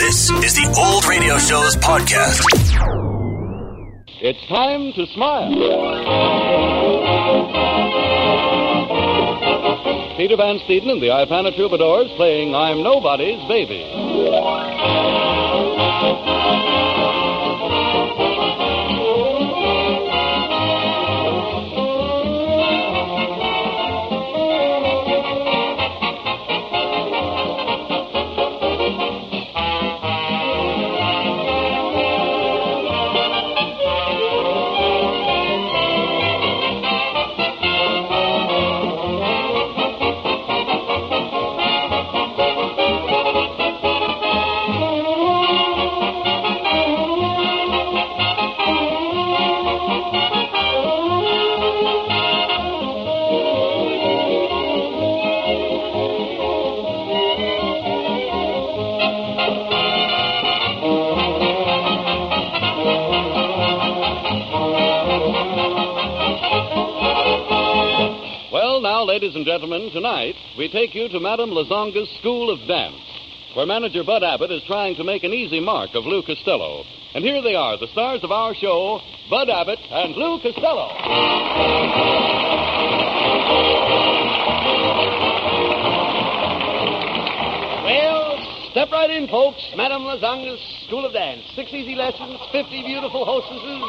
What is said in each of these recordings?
This is the Old Radio Show's podcast. It's time to smile. Peter Van Steeden and the Ipana Troubadours playing I'm Nobody's Baby. Well, now, ladies and gentlemen, tonight we take you to Madame Lazonga's School of Dance, where manager Bud Abbott is trying to make an easy mark of Lou Costello. And here they are, the stars of our show, Bud Abbott and Lou Costello. Well, step right in, folks. Madame Lazanga's School of Dance. Six easy lessons, 50 beautiful hostesses.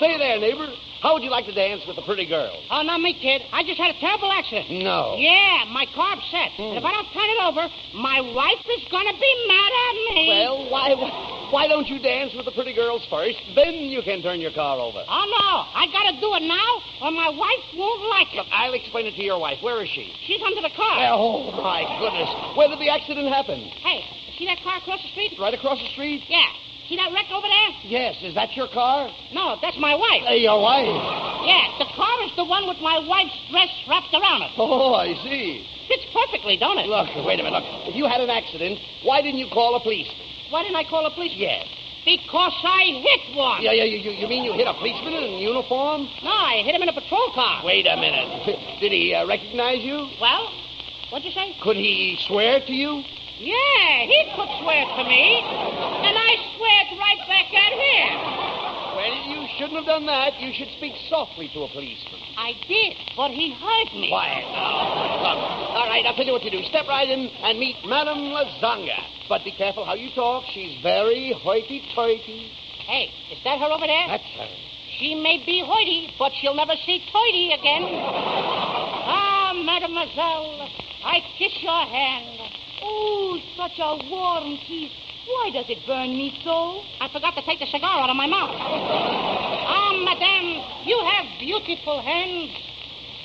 Say there, neighbor, how would you like to dance with a pretty girl? Oh, not me, kid. I just had a terrible accident. No. Yeah, my car upset. And if I don't turn it over, my wife is gonna be mad at me. Well, why, why don't you dance with the pretty girls first? Then you can turn your car over. Oh, no. I gotta do it now, or my wife won't like it. I'll explain it to your wife. Where is she? She's under the car. Oh, my goodness. Where did the accident happen? Hey, see that car across the street? Right across the street? Yeah. See that wreck over there? Yes. Is that your car? No, that's my wife. Hey, your wife. Yeah, the car is the one with my wife's dress wrapped around it. Oh, I see. Fits perfectly, don't it? Look, wait a minute. Look, if you had an accident, why didn't you call the police? Why didn't I call the police? Yes. Because I hit one. Yeah, yeah, you, you, you mean you hit a policeman in uniform? No, I hit him in a patrol car. Wait a minute. Did he uh, recognize you? Well, what'd you say? Could he swear to you? Yeah, he could swear to me, and I sweared right back at him. Well, you shouldn't have done that. You should speak softly to a policeman. I did, but he heard me. Quiet now. Look, all right, I'll tell you what to do. Step right in and meet Madame Lazanga. But be careful how you talk. She's very hoity-toity. Hey, is that her over there? That's her. She may be hoity, but she'll never see toity again. ah, mademoiselle, I kiss your hand. Oh, such a warm kiss. Why does it burn me so? I forgot to take the cigar out of my mouth. ah, madame, you have beautiful hands.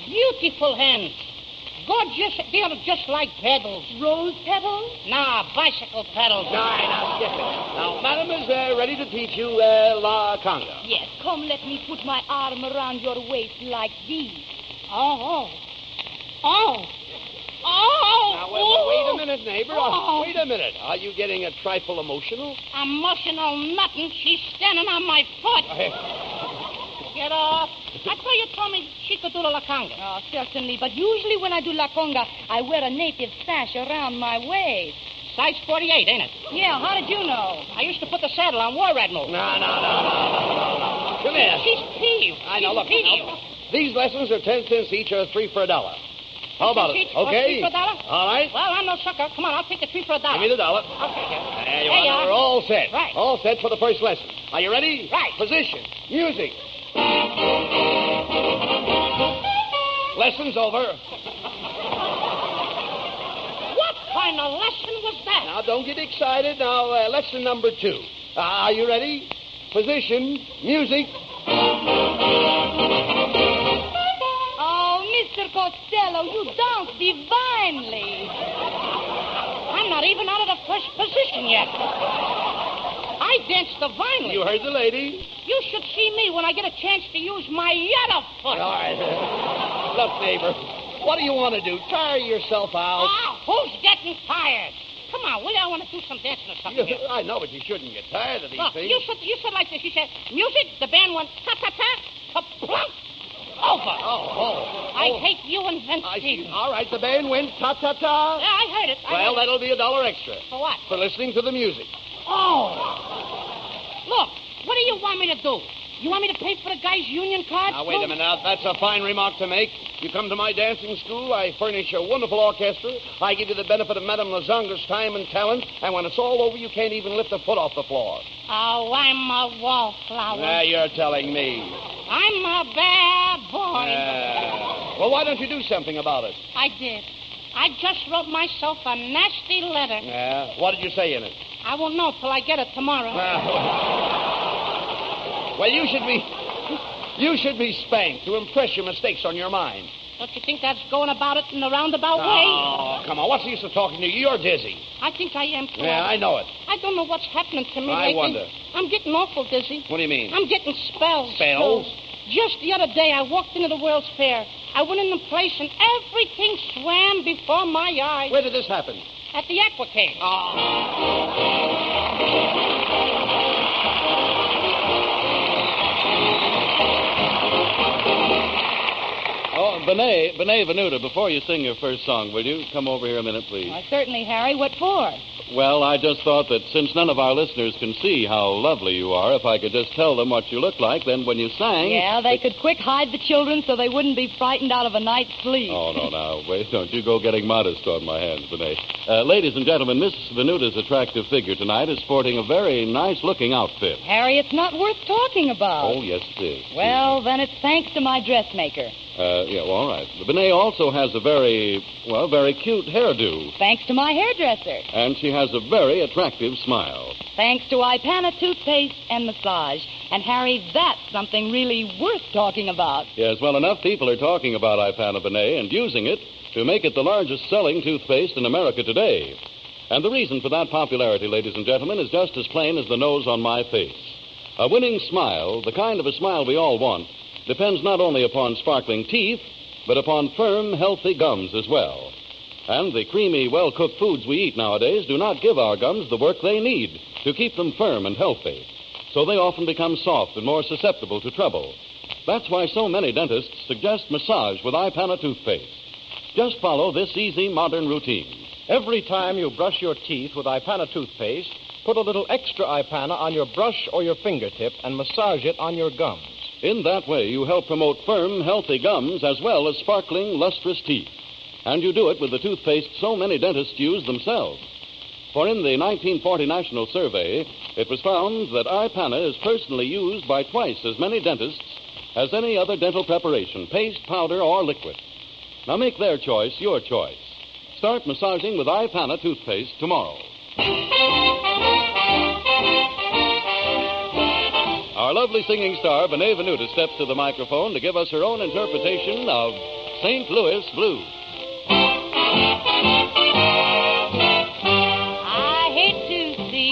Beautiful hands. Gorgeous, they're just like petals. Rose petals? Nah, bicycle petals. All right, now, get it. Now, Madame is uh, ready to teach you uh, La Conga. Yes, come, let me put my arm around your waist like this. Oh, oh, oh, oh. Now, wait, wait a minute, neighbor. Oh. Wait a minute. Are you getting a trifle emotional? Emotional nothing. She's standing on my foot. Get off. I thought you told me she could do the lakanga. Oh, certainly. But usually when I do La Conga, I wear a native sash around my waist. Size 48, ain't it? Yeah, how did you know? I used to put the saddle on War No, Admiral. no, no, no, no, no. Come here. She's peeved. I know. She's Look, peeved. now, these lessons are ten cents each, or three for a dollar. How about Ten it? cents each, or Okay. three for a dollar? All right. Well, I'm no sucker. Come on, I'll take the tree for a dollar. Give me the dollar. I'll take it. There you are. There you Now are. We're all set. Right. All set for the first lesson. Are you ready? Right. Position. Music. Lesson's over. What kind of lesson was that? Now, don't get excited. Now, uh, lesson number two. Uh, are you ready? Position. Music. Oh, Mr. Costello, you dance divinely. I'm not even out of the first position yet. I dance divinely. You heard the lady. You should see me when I get a chance to use my yellow All foot. right. Look, neighbor. What do you want to do? Tire yourself out. Ah, who's getting tired? Come on, will you? I want to do some dancing or something. here. I know, but you shouldn't get tired of these Look, things. you said, you said like this. You said, music, the band went ta-ta-ta, ka-plunk, over. Oh, oh. I oh, hate you and Vince I see. Stevens. All right, the band went ta ta Yeah, ta. I heard it. I Well, heard it. that'll be a dollar extra For what? for listening to the music. Oh. Look, what do you want me to do? You want me to pay for the guy's union card? Now, wait a too? minute. Now, that's a fine remark to make. You come to my dancing school, I furnish a wonderful orchestra, I give you the benefit of Madame Lazanga's time and talent, and when it's all over, you can't even lift a foot off the floor. Oh, I'm a wallflower. Now, you're telling me. I'm a bad boy. Ah. well, why don't you do something about it? I did. I just wrote myself a nasty letter. Yeah. What did you say in it? I won't know till I get it tomorrow. Now- well, you should be. You should be spanked to impress your mistakes on your mind. Don't you think that's going about it in a roundabout way? Ah, Oh, come on. What's the use of talking to you? You're dizzy. I think I am. too. Yeah, I know it. I don't know what's happening to me I lately. wonder. I'm getting awful dizzy. What do you mean? I'm getting spells. Spells? Just the other day, I walked into the World's Fair. I went in the place, and everything swam before my eyes Where did this happen? at the aquacade. Oh. Oh, Benet, Benet Venuta, before you sing your first song, will you come over here a minute, please? Why, certainly, Harry. What for? Well, I just thought that since none of our listeners can see how lovely you are, if I could just tell them what you look like, then when you sang. Yeah, they could quick hide the children so they wouldn't be frightened out of a night's sleep. Oh, no, now, wait, don't you go getting modest on my hands, Benet. Uh, ladies and gentlemen, Miss Venuta's attractive figure tonight is sporting a very nice looking outfit. Harry, it's not worth talking about. Oh, yes, it is. well, then it's thanks to my dressmaker. Uh, yeah, well, all right. Benet also has a very, well, very cute hairdo, Thanks to my hairdresser. and she has a very attractive smile. Thanks to Ipana toothpaste and massage. And, Harry, that's something really worth talking about. Yes, well, enough people are talking about Ipanabenet and using it to make it the largest selling toothpaste in America today. And the reason for that popularity, ladies and gentlemen, is just as plain as the nose on my face. A winning smile, the kind of a smile we all want, depends not only upon sparkling teeth, but upon firm, healthy gums as well. And the creamy, well cooked foods we eat nowadays do not give our gums the work they need to keep them firm and healthy. So they often become soft and more susceptible to trouble. That's why so many dentists suggest massage with Ipana toothpaste. Just follow this easy modern routine. Every time you brush your teeth with Ipana toothpaste, put a little extra Ipana on your brush or your fingertip and massage it on your gums. In that way, you help promote firm, healthy gums as well as sparkling, lustrous teeth. And you do it with the toothpaste so many dentists use themselves. For in the 1940 National Survey, it was found that Ipana is personally used by twice as many dentists as any other dental preparation, paste, powder, or liquid. Now make their choice your choice. Start massaging with Ipana toothpaste tomorrow. Our lovely singing star, Benet Venuta, steps to the microphone to give us her own interpretation of St. Louis Blues. I hate to see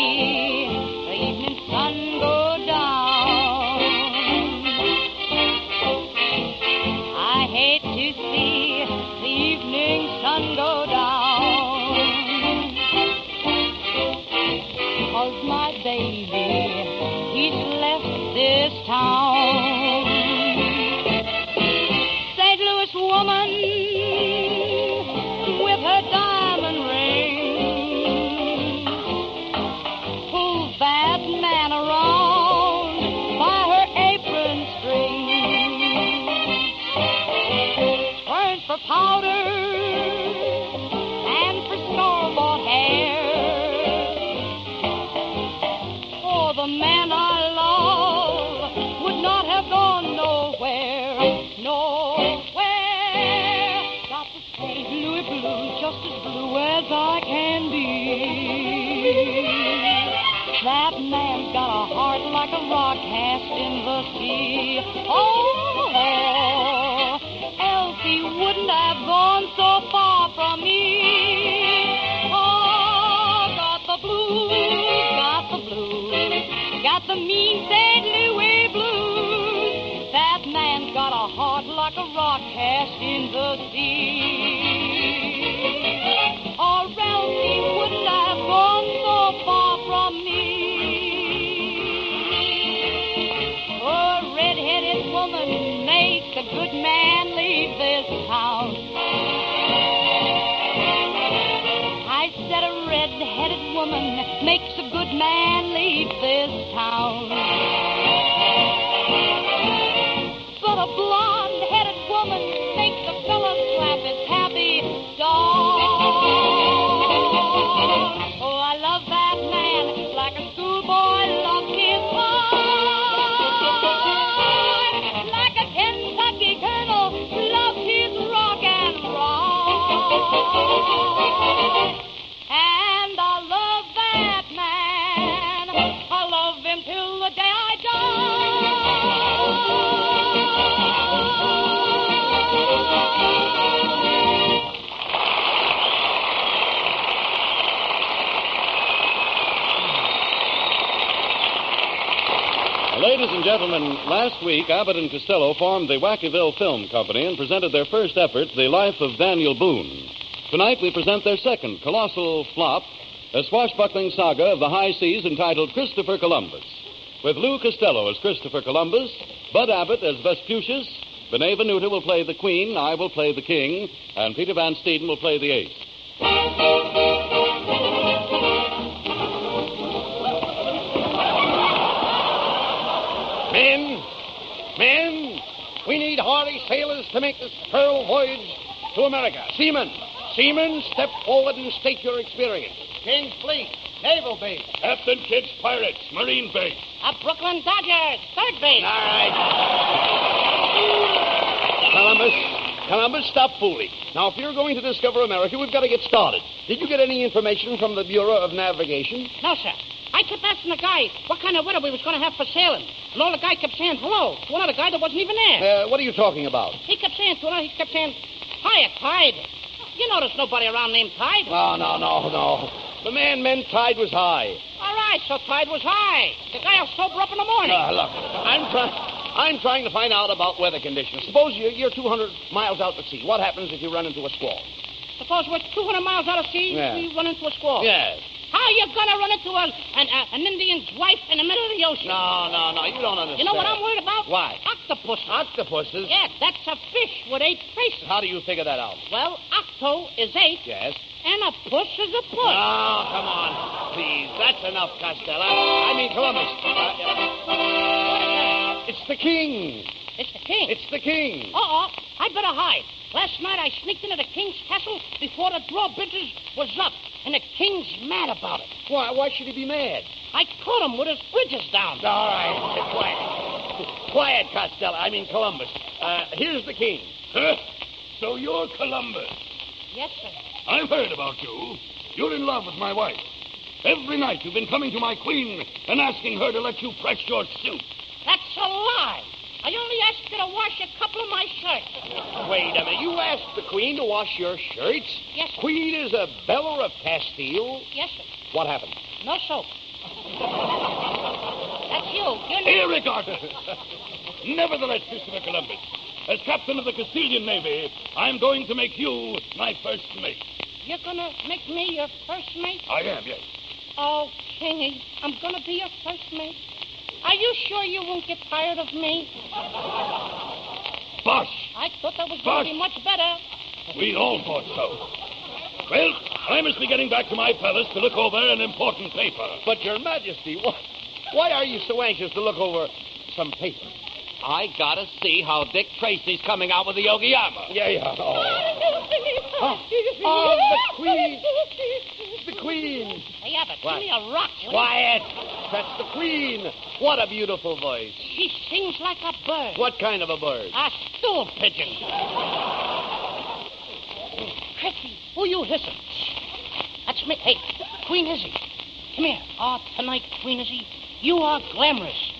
the evening sun go down. I hate to see the evening sun go down. Cause my baby, he's left this town. St. Louis woman with her diamond ring. Pulled that man around by her apron string. Burns for powder and for store bought hair. For the man I love would not have gone nowhere, nowhere. Got the St. Louis blues, just as blue as I can be. That man's got a heart like a rock cast in the sea. Oh, else he wouldn't have gone so far from me. Oh, got the blues, got the blues, got the mean St. Louis blues. That man's got a heart like a rock cast in the sea. Or else he wouldn't have gone so far from me. A red-headed woman makes a good man leave this town. I said a red-headed woman makes a good man leave this town. But a blonde-headed woman makes a fella slap his happy dog. Oh, I love that man like a schoolboy loves his pie. Like a Kentucky colonel loves his rock and roll. And I love that man. I love him till the day I die. Ladies and gentlemen, last week Abbott and Costello formed the Wackyville Film Company and presented their first effort, The Life of Daniel Boone. Tonight we present their second colossal flop, a swashbuckling saga of the high seas entitled Christopher Columbus, with Lou Costello as Christopher Columbus, Bud Abbott as Vespucius, Benet Venuta will play the Queen, I will play the King, and Peter Van Steeden will play the Ace. Men, men, we need hardy sailors to make this pearl voyage to America. Seamen, seamen, step forward and state your experience. King's Fleet, Naval Base, Captain Kidd's Pirates, Marine Base. A Brooklyn Dodgers, third base. All right. Columbus, Columbus, stop fooling. Now, if you're going to discover America, we've got to get started. Did you get any information from the Bureau of Navigation? No, sir. I kept asking the guy what kind of weather we was going to have for sailing. And all the guy kept saying hello to another guy that wasn't even there. Uh, what are you talking about? He kept saying to another, he kept saying, Hiya, Tide. You know there's nobody around named Tide. No, no, no, no. The man meant tide was high. All right, so Tide was high. The guy will sober up in the morning. Ah, look, I'm trying. I'm trying to find out about weather conditions. Suppose you're, you're 200 miles out to sea. What happens if you run into a squall? Suppose we're 200 miles out of sea, Yeah. we run into a squall. Yes. How you going to run into a, an, a, an Indian's wife in the middle of the ocean? No, no, no. You don't understand. You know what I'm worried about? Why? Octopus. Octopuses. Yeah, that's a fish with eight faces. How do you figure that out? Well, octo is eight, Yes. and a puss is a Oh, puss. come on. Please, that's enough, Costello. I mean, Columbus. Uh, it's the king. It's the king. It's the king. Uh-oh, I better hide. Last night I sneaked into the king's castle before the drawbridges was up, and the king's mad about it. Why, why should he be mad? I caught him with his bridges down. All right, sit quiet. Quiet, Costello. I mean, Columbus. Uh, here's the king. Huh? So you're Columbus. Yes, sir. I've heard about you. You're in love with my wife. Every night you've been coming to my queen and asking her to let you press your suit. That's a lie. I only asked you to wash a couple of my shirts. Wait a minute. You asked the queen to wash your shirts? Yes, sir. Queen is a bella of Castile. Yes, sir. What happened? No soap. That's you. You're not... Irregardless. Nevertheless, Christopher Columbus, as captain of the Castilian Navy, I'm going to make you my first mate. You're gonna make me your first mate? I am, yes. Oh, Kingy, I'm gonna be your first mate. Are you sure you won't get tired of me? Bosh. I thought that was gonna be much better. We all thought so. Well, I must be getting back to my palace to look over an important paper. But, Your Majesty, what, why are you so anxious to look over some paper? I gotta see how Dick Tracy's coming out with the Yogiyama. Yeah, yeah. Oh, Oh, the queen. the queen. Hey, Abbott, What? give me a rock. will you? Quiet. That's the queen. What a beautiful voice. She sings like a bird. What kind of a bird? A stool pigeon. Cricky, who you hissing? That's me. Hey, Queen Izzy. Come here. Oh, tonight, Queen Izzy, you are glamorous.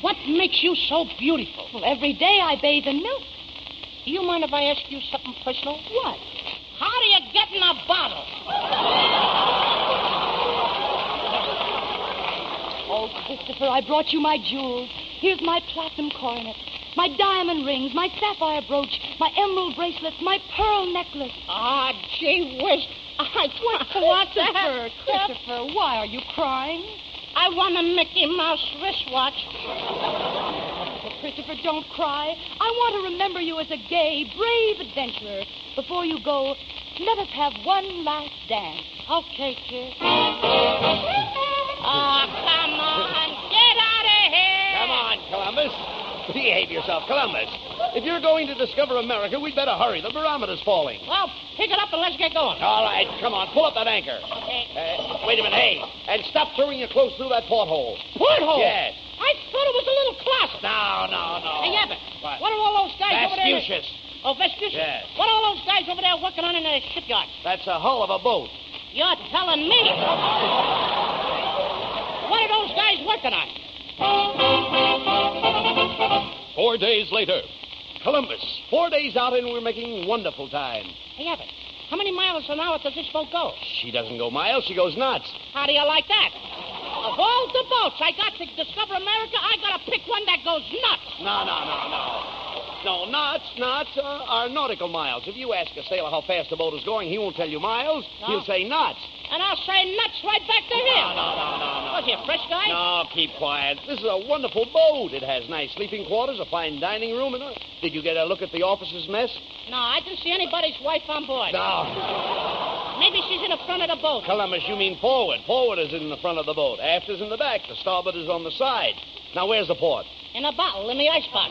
What makes you so beautiful? Well, every day I bathe in milk. Do you mind if I ask you something personal? What? How do you get in a bottle? Oh, Christopher, I brought you my jewels. Here's my platinum coronet, my diamond rings, my sapphire brooch, my emerald bracelets, my pearl necklace. Ah, gee whiz. I want to Christopher, Christopher, why are you crying? I want a Mickey Mouse wristwatch. Well, Christopher, don't cry. I want to remember you as a gay, brave adventurer. Before you go, let us have one last dance. Okay, kid. Oh, come on. Behave yourself, Columbus. If you're going to discover America, we'd better hurry. The barometer's falling. Well, pick it up and let's get going. All right, come on, pull up that anchor. Uh, wait a minute, hey, and stop throwing your clothes through that porthole. Porthole? Yes. I thought it was a little closet. No, no, no. Hey, Abbott, What? Oh, what are all those guys over there? Vespucius. Oh, Vespucius? Yes. What are all those guys over there working on in the shipyard? That's a hull of a boat. You're telling me. what are those guys working on? Four days later, Columbus. Four days out and we're making wonderful time. Hey, Abbott, how many miles an hour does this boat go? She doesn't go miles, she goes nuts. How do you like that? Of all the boats I got to discover America, I gotta pick one that goes nuts. No, no, no, no. No, knots, knots uh, are nautical miles. If you ask a sailor how fast a boat is going, he won't tell you miles. No. He'll say knots. And I'll say nuts right back to him. No, no, no, no, no. Was he a fresh guy? No, keep quiet. This is a wonderful boat. It has nice sleeping quarters, a fine dining room, and a... Did you get a look at the officer's mess? No, I didn't see anybody's wife on board. No. Maybe she's in the front of the boat. Columbus, you mean forward. Forward is in the front of the boat. After's in the back. The starboard is on the side. Now, where's the port? In a bottle in the icebox.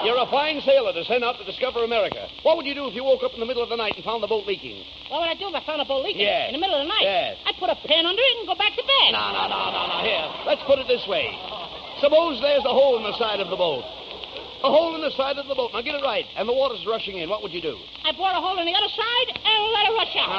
You're a fine sailor to send out to discover America. What would you do if you woke up in the middle of the night and found the boat leaking? What would I do if I found a boat leaking Yes. in the middle of the night? Yes. I'd put a pan under it and go back to bed. No, no, no, no, no. Here, let's put it this way. Suppose there's a hole in the side of the boat. A hole in the side of the boat. Now get it right. And the water's rushing in. What would you do? I bore a hole in the other side and let it rush out.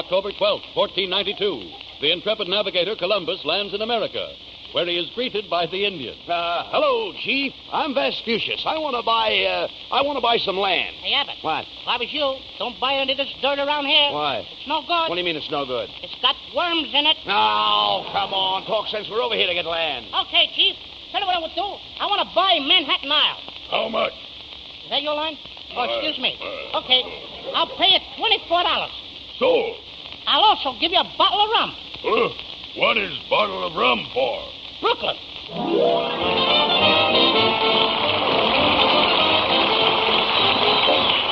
October 12th, 1492, the intrepid navigator Columbus lands in America, where he is greeted by the Indians. Uh, hello, Chief. I'm Vespucius. I want to buy. Uh, I want to buy some land. Hey, Abbott. What? If I was you, don't buy any of this dirt around here. Why? It's no good. What do you mean it's no good? It's got worms in it. No, come on, talk sense. We're over here to get land. Okay, Chief. Tell you what I would do. I want to buy Manhattan Isle. How much? Is that your line? Oh, Uh, excuse me. uh. Okay. I'll pay you twenty-four dollars. So, I'll also give you a bottle of rum. uh, what is bottle of rum for? Brooklyn.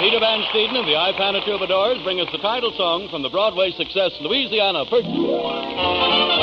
Peter Van Steeden and the Ipana Troubadours bring us the title song from the Broadway success Louisiana Purchase.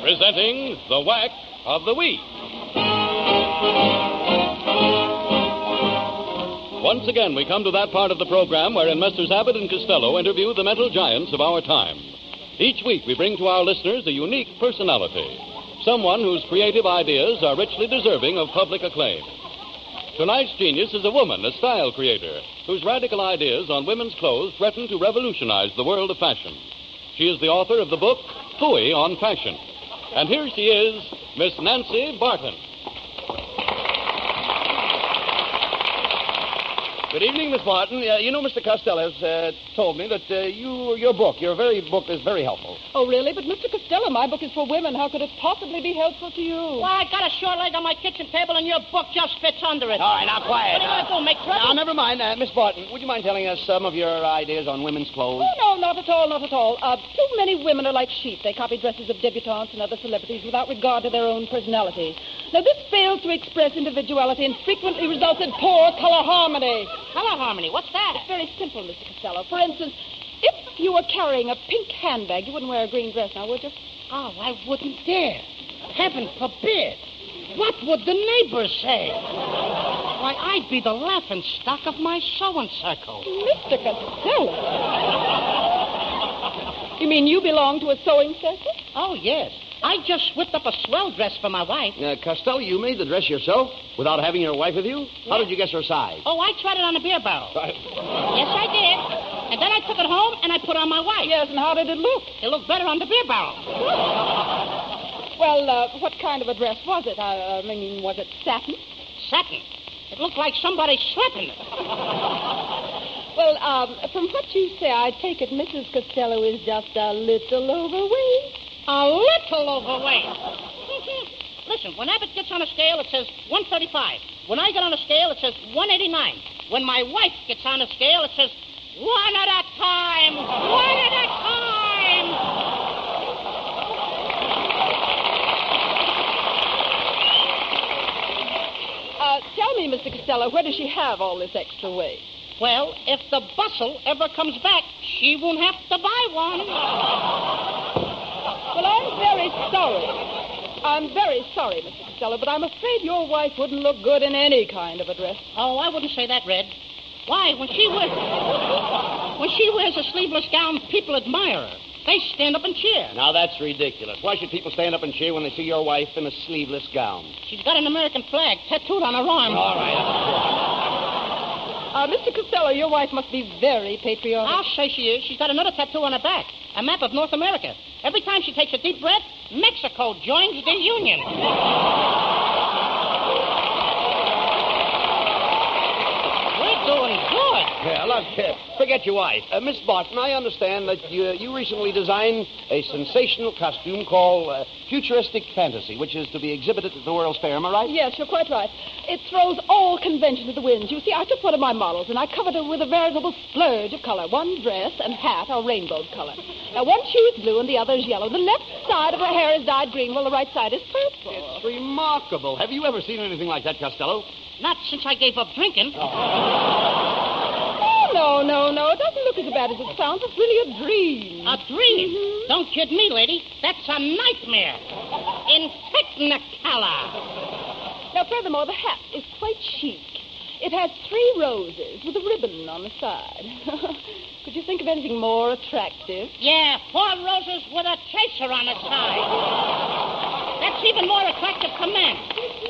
Presenting the Whack of the Week. Once again, we come to that part of the program wherein Messrs. Abbott and Costello interview the mental giants of our time. Each week, we bring to our listeners a unique personality, someone whose creative ideas are richly deserving of public acclaim. Tonight's genius is a woman, a style creator, whose radical ideas on women's clothes threaten to revolutionize the world of fashion. She is the author of the book, Fooey on Fashion. And here she is, Miss Nancy Barton. Good evening, Miss Martin. Uh, you know, Mr. Costello has uh, told me that uh, you, your book, your very book, is very helpful. Oh, really? But Mr. Costello, my book is for women. How could it possibly be helpful to you? Well, I got a short leg on my kitchen table, and your book just fits under Uh, it. All right, now quiet. What are you going to do, make Now, trouble? never mind. Uh, Miss Barton, would you mind telling us some of your ideas on women's clothes? Oh, no, not at all, not at all. Uh, too many women are like sheep. They copy dresses of debutantes and other celebrities without regard to their own personality. Now, this fails to express individuality and frequently results in poor color harmony. Color harmony, what's that? It's very simple, Mr. Costello. For instance, if you were carrying a pink handbag, you wouldn't wear a green dress now, would you? Oh, I wouldn't dare. Heaven forbid. What would the neighbors say? Why, I'd be the laughing stock of my sewing circle. Mr. Costello. You mean you belong to a sewing circle? Oh, yes. I just whipped up a swell dress for my wife. Uh, Costello, you made the dress yourself without having your wife with you? How did you guess her size? Oh, I tried it on a beer barrel. Yes, I did. And then I took it home and I put it on my wife. Yes, and how did it look? It looked better on the beer barrel. Well, uh, what kind of a dress was it? Uh, I, I mean, was it satin? Satin. It looked like somebody slept in it. Well, um, from what you say, I take it Mrs. Costello is just a little overweight. A little overweight. Listen, when Abbott gets on a scale, it says 135. When I get on a scale, it says 189. When my wife gets on a scale, it says one at a time. One at a time. Uh, tell me, Mr. Costello, where does she have all this extra weight? Well, if the bustle ever comes back, she won't have to buy one. Well, I'm very sorry. I'm very sorry, Mr. Costello, but I'm afraid your wife wouldn't look good in any kind of a dress. Oh, I wouldn't say that, Red. Why? When she wears when she wears a sleeveless gown, people admire her. They stand up and cheer. Now, that's ridiculous. Why should people stand up and cheer when they see your wife in a sleeveless gown? She's got an American flag tattooed on her arm. All right. Uh, Mr. Costello, your wife must be very patriotic. I'll say she is. She's got another tattoo on her back, a map of North America. Every time she takes a deep breath, Mexico joins the Union. We're doing good. Yeah, look, uh, forget your wife. Uh, Miss Barton, I understand that you, uh, you recently designed a sensational costume called uh, Futuristic Fantasy, which is to be exhibited at the World's Fair, am I right? Yes, you're quite right. It throws all convention to the winds. You see, I took one of my models and I covered her with a veritable splurge of color. One dress and hat are rainbow color. Now, one shoe is blue and the other is yellow. The left side of her hair is dyed green while the right side is purple. It's remarkable. Have you ever seen anything like that, Costello? Not since I gave up drinking. Oh, no, no, no. It doesn't look as bad as it sounds. It's really a dream. A dream. Don't kid me, lady. That's a nightmare. In Technicolor. Now, furthermore, the hat is quite chic. It has three roses with a ribbon on the side. Could you think of anything more attractive? Yeah, four roses with a chaser on the side. That's even more attractive to men.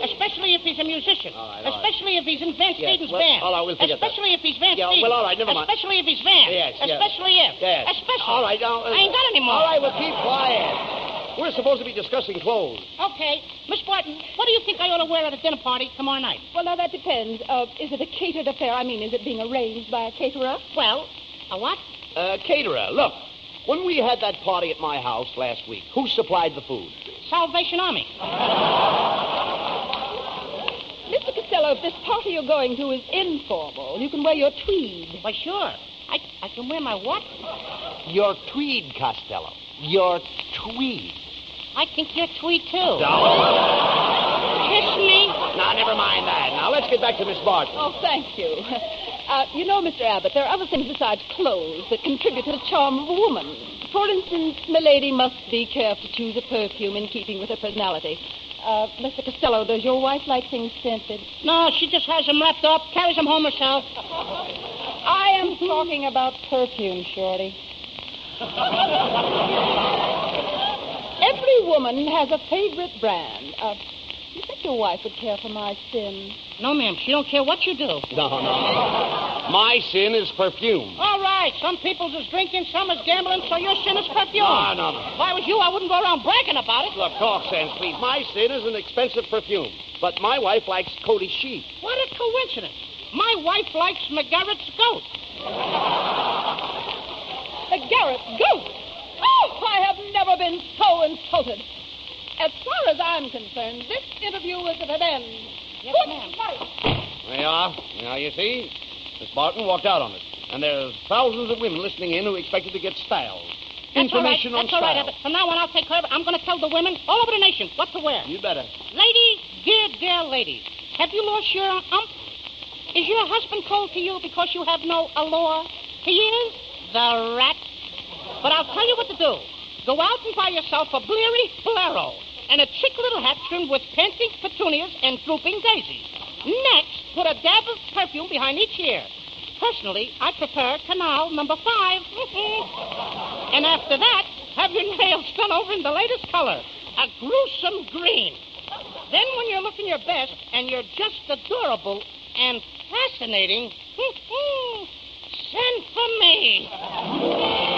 Especially if he's a musician. All right, all right. Especially if he's in Van Yes, Steven's well, band. all right, we'll forget that. Especially if he's Van Yeah, well, Stevens. all right, never mind. Especially if he's Van. Yes, yes. Especially if. Yes. Especially. All right, now. uh, I ain't got any more. All right, well, keep quiet. We're supposed to be discussing clothes. Okay. Miss Barton, what do you think I ought to wear at a dinner party tomorrow night? Well, now that depends. Uh, is it a catered affair? I mean, is it being arranged by a caterer? Well, a what? Uh, caterer, look. When we had that party at my house last week, who supplied the food? Salvation Army. Mr. Costello, if this party you're going to is informal, you can wear your tweed. Why, sure. I, I can wear my what? Your tweed, Costello. Your tweed. I think you're tweed, too. Kiss me. Now, never mind that. Now, let's get back to Miss Barton. Oh, thank you. Uh, you know, Mr. Abbott, there are other things besides clothes that contribute to the charm of a woman. For instance, Milady must be careful to choose a perfume in keeping with her personality. Uh, Mr. Costello, does your wife like things scented? No, she just has them wrapped up, carries them home herself. I am talking about perfume, Shorty. Every woman has a favorite brand. Uh, you think your wife would care for my sin? No, ma'am, she don't care what you do. No, no. My sin is perfume. All right, some people's is drinking, some is gambling, so your sin is perfume. No, no, no. If I was you, I wouldn't go around bragging about it. Look, talk sense, please. My sin is an expensive perfume. But my wife likes Cody Sheep. What a coincidence. My wife likes McGarrett's goat. McGarrett's goat? Oh, I have never been so insulted. As far as I'm concerned, this interview is at an end. Yes, Good ma'am. night. There you are. Now, you see, Miss Barton walked out on us. And there's thousands of women listening in who expected to get styles. That's all right. Information That's on all right, styles. Abbott. From now on, I'll take care of it. I'm going to tell the women all over the nation what to wear. You better. Ladies, dear, dear ladies, have you lost your ump? Is your husband cold to you because you have no allure? He is the rat. But I'll tell you what to do. Go out and buy yourself a bleary bolero and a chick little hat trimmed with panting petunias and drooping daisies. Next, put a dab of perfume behind each ear. Personally, I prefer canal number five. and after that, have your nails done over in the latest color, a gruesome green. Then, when you're looking your best and you're just adorable and fascinating, send for me.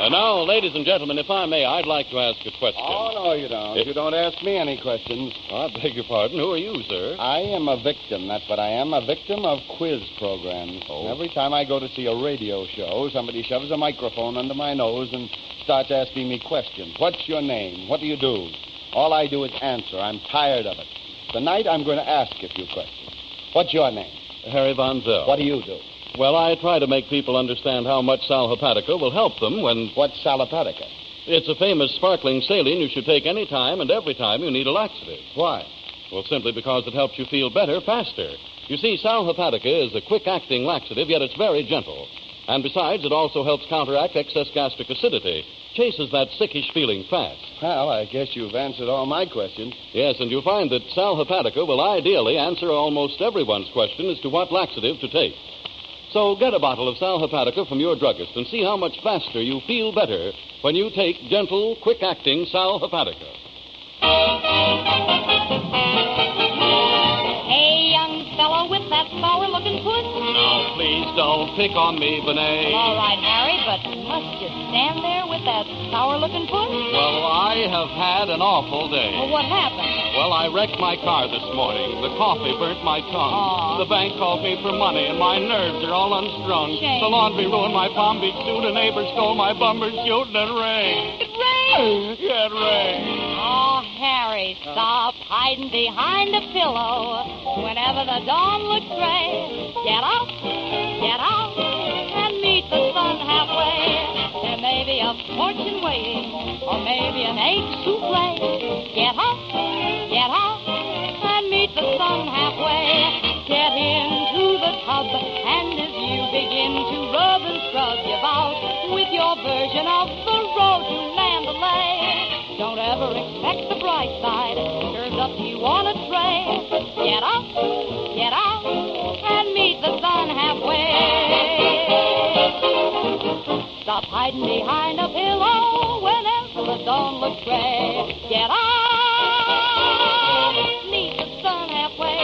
And now, ladies and gentlemen, if I may, I'd like to ask a question. Oh, no, you don't. It- You don't ask me any questions. I beg your pardon. Who are you, sir? I am a victim, that's what I am, a victim of quiz programs. Oh. Every time I go to see a radio show, somebody shoves a microphone under my nose and starts asking me questions. What's your name? What do you do? All I do is answer. I'm tired of it. Tonight I'm going to ask a few questions. What's your name? Harry Von Zell. What do you do? Well, I try to make people understand how much sal hepatica will help them when. What's salopatica? It's a famous sparkling saline you should take any time and every time you need a laxative. Why? Well, simply because it helps you feel better faster. You see, sal hepatica is a quick acting laxative, yet it's very gentle. And besides, it also helps counteract excess gastric acidity, chases that sickish feeling fast. Well, I guess you've answered all my questions. Yes, and you find that Sal Hepatica will ideally answer almost everyone's question as to what laxative to take. So get a bottle of Sal Hepatica from your druggist and see how much faster you feel better when you take gentle, quick acting Sal Hepatica. Hey, young fellow with that sour-looking puss. Now, please don't pick on me, Vinay. All right, Harry, but must you stand there with that sour-looking puss? Well, I have had an awful day. Well, what happened? Well, I wrecked my car this morning. The coffee burnt my tongue. Aw. The bank called me for money, and my nerves are all unstrung. Shame. The laundry ruined my Palm Beach suit. A neighbor stole my bumper suit, and it rained. It rained. Yeah, it rained. Oh, Harry, stop hiding behind a pillow. Whenever the dawn looks gray, get up, get up, and meet the sun halfway. There may be a fortune waiting, or maybe an egg souffle. Get up, get up, and meet the sun halfway. Get into the tub, and as you begin to rub and scrub, you out with your version of the road to Mandalay. Don't ever expect the bright side. Turns up to you on a tray. Get up, get out, and meet the sun halfway. Stop hiding behind a pillow whenever the dawn looks gray. Get up, meet the sun halfway.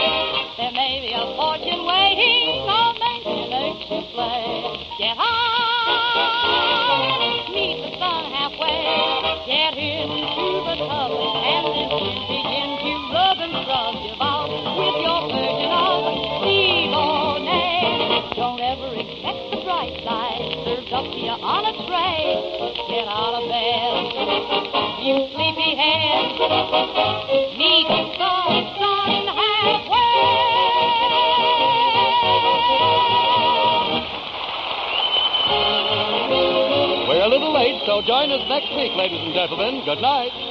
There may be a fortune waiting, or maybe an egg to play. Get up, meet the sun halfway. Get into the tub, and then you begin to rub and rub your mouth with your virgin of Ebony. Don't ever expect the bright side served up to you on a tray. Get out of bed, you sleepy head. Meet the sun halfway. We're a little late, so join us next week, ladies and gentlemen. Good night.